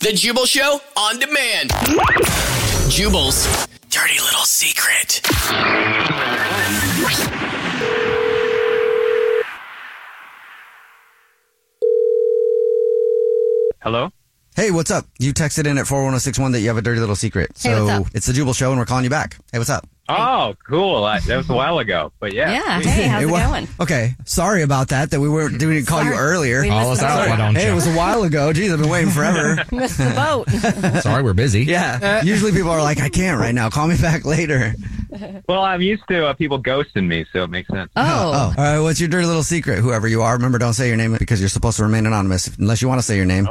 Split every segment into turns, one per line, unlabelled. The Jubal Show on demand. Jubal's dirty little secret.
Hello?
Hey, what's up? You texted in at 41061 that you have a dirty little secret.
Hey,
so
what's up?
it's the Jubal Show, and we're calling you back. Hey, what's up?
Oh, cool. I, that was a while ago, but yeah.
Yeah. Hey, how's
Hey,
it
wha-
going?
Okay, sorry about that. That we weren't. We didn't call you
Sorry.
earlier.
We Call missed us the out, boat. why
don't
hey,
you?
it was a while ago. Geez, I've been waiting forever.
Missed the boat.
Sorry, we're busy.
yeah. Usually people are like, I can't right now. Call me back later.
Well, I'm used to uh, people ghosting me, so it makes sense.
Oh.
All right. What's your dirty little secret? Whoever you are, remember, don't say your name because you're supposed to remain anonymous unless you want to say your name.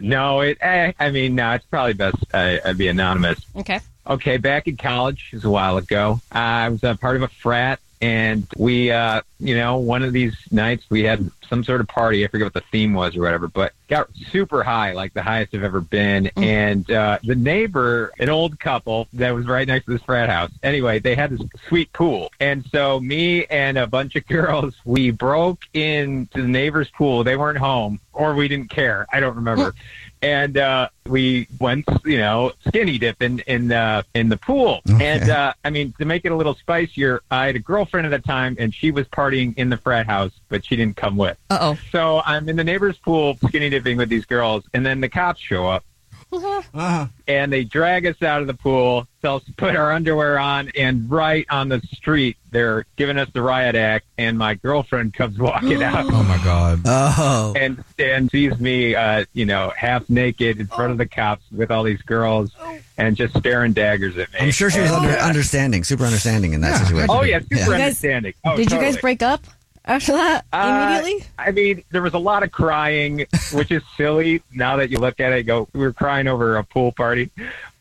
No, it, I, I mean, no, it's probably best I, I be anonymous.
Okay.
Okay, back in college, it was a while ago. I was a part of a frat, and we, uh, you know, one of these nights we had some sort of party. I forget what the theme was or whatever, but got super high, like the highest I've ever been. And uh, the neighbor, an old couple that was right next to this frat house. Anyway, they had this sweet pool, and so me and a bunch of girls, we broke into the neighbor's pool. They weren't home, or we didn't care. I don't remember and uh, we went, you know, skinny dipping in uh, in the pool.
Okay.
And uh, I mean, to make it a little spicier, I had a girlfriend at the time, and she was partying in the frat house, but she didn't come with.
Uh
So I'm in the neighbor's pool skinny dipping with these girls, and then the cops show up
oh.
Uh-huh.
and they drag us out of the pool, tell us to put our underwear on, and right on the street, they're giving us the riot act, and my girlfriend comes walking out.
Oh my God.
Oh.
and and sees me, uh, you know, half naked in front of the cops with all these girls, and just staring daggers at me.
I'm sure she was under, understanding, super understanding in that
Yeah.
situation.
Oh yeah, super
Yeah.
guys-
understanding. Oh,
Did you guys
totally.
break up after that
Uh,
immediately?
I mean, there was a lot of crying, which is silly now that you look at it. You go, we were crying over a pool party,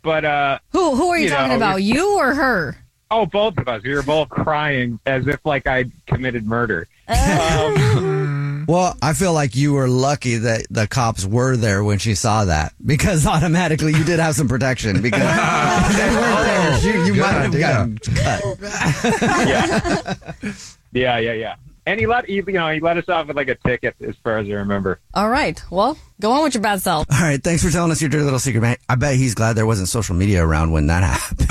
but uh,
Who who are you,
you
talking
know,
about? You or her?
oh, both of us, we were both crying as if like I committed murder.
Uh.
Well, I feel like you were lucky that the cops were there when she saw that because automatically you did have some protection because if they weren't there. You, you
Oh, good
might have
idea.
gotten cut.
Yeah, yeah, yeah, yeah. And he let he, you know he let us off with like a ticket, as far as I remember.
All right. Well, go on with your bad self.
All right. Thanks for telling us your dirty little secret, man. I bet he's glad there wasn't social media around when that happened.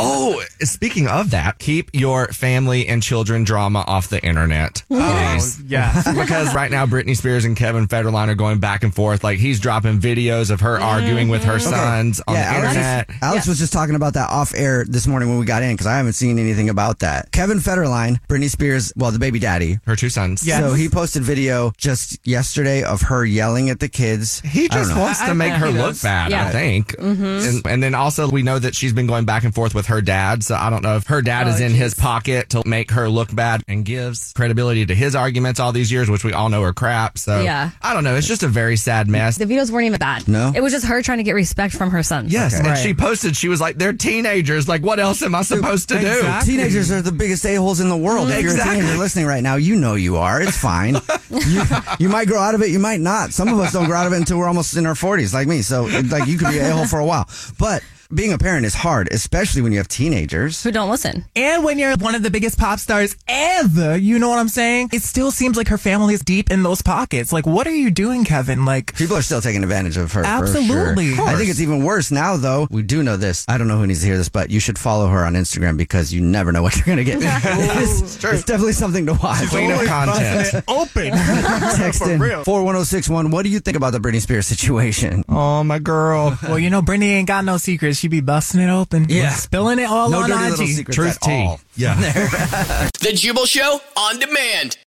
Oh, speaking of that, keep your family and children drama off the internet. Please.
yeah.
because right now Britney Spears and Kevin Federline are going back and forth. Like he's dropping videos of her arguing with her sons on the
Alex,
internet.
Alex was just talking about that off air this morning when we got in because I haven't seen anything about that. Kevin Federline, Britney Spears, well, the baby daddy.
Her two sons.
Yeah.
So he posted video just yesterday of her yelling at the kids.
He
I don't
just
know.
wants to make her look bad, I
Yeah. Mm-hmm.
think. And, and then also, we know that she's been going back and forth with her dad. So I don't know if her dad
Oh,
is in his pocket to make her look bad and gives credibility to his arguments all these years, which we all know are crap. So
Yeah.
I don't know. It's just a very sad mess.
The videos weren't even bad.
No?
It was just her trying to get respect from her son.
Yes. And
Right.
she posted, she was like, they're teenagers. Like, what else am I supposed to do?
Exactly.
Teenagers are the biggest a-holes in the world. If you're a teenager listening right now, you know you are. It's fine. you, you might grow out of it, you might not. Some of us don't grow out of it until we're almost in our 40s, like me. So, like, you could be an a-hole for a while. But being a parent is hard, especially when you have teenagers.
Who don't listen.
And when you're one of the biggest pop stars ever, you know what I'm saying? It still seems like her family is deep in those pockets. Like, what are you doing, Kevin? Like,
People are still taking advantage of her. for
Absolutely.
sure.
Of
I
course.
think it's even worse now, though. We do know this. I don't know who needs to hear this, but you should follow her on Instagram because you never know what you're going to get. it's, it's definitely something to watch.
Queen of content.
open.
Text in 41061. What do you think about the Britney Spears situation?
Oh, my girl.
well, you know, Brittany ain't got no secrets. She be busting it open.
Yeah.
Spilling it all
No
on
dirty little
IG.
secrets
Truth
at
tea.
all.
Yeah.
The Jubal Show on demand.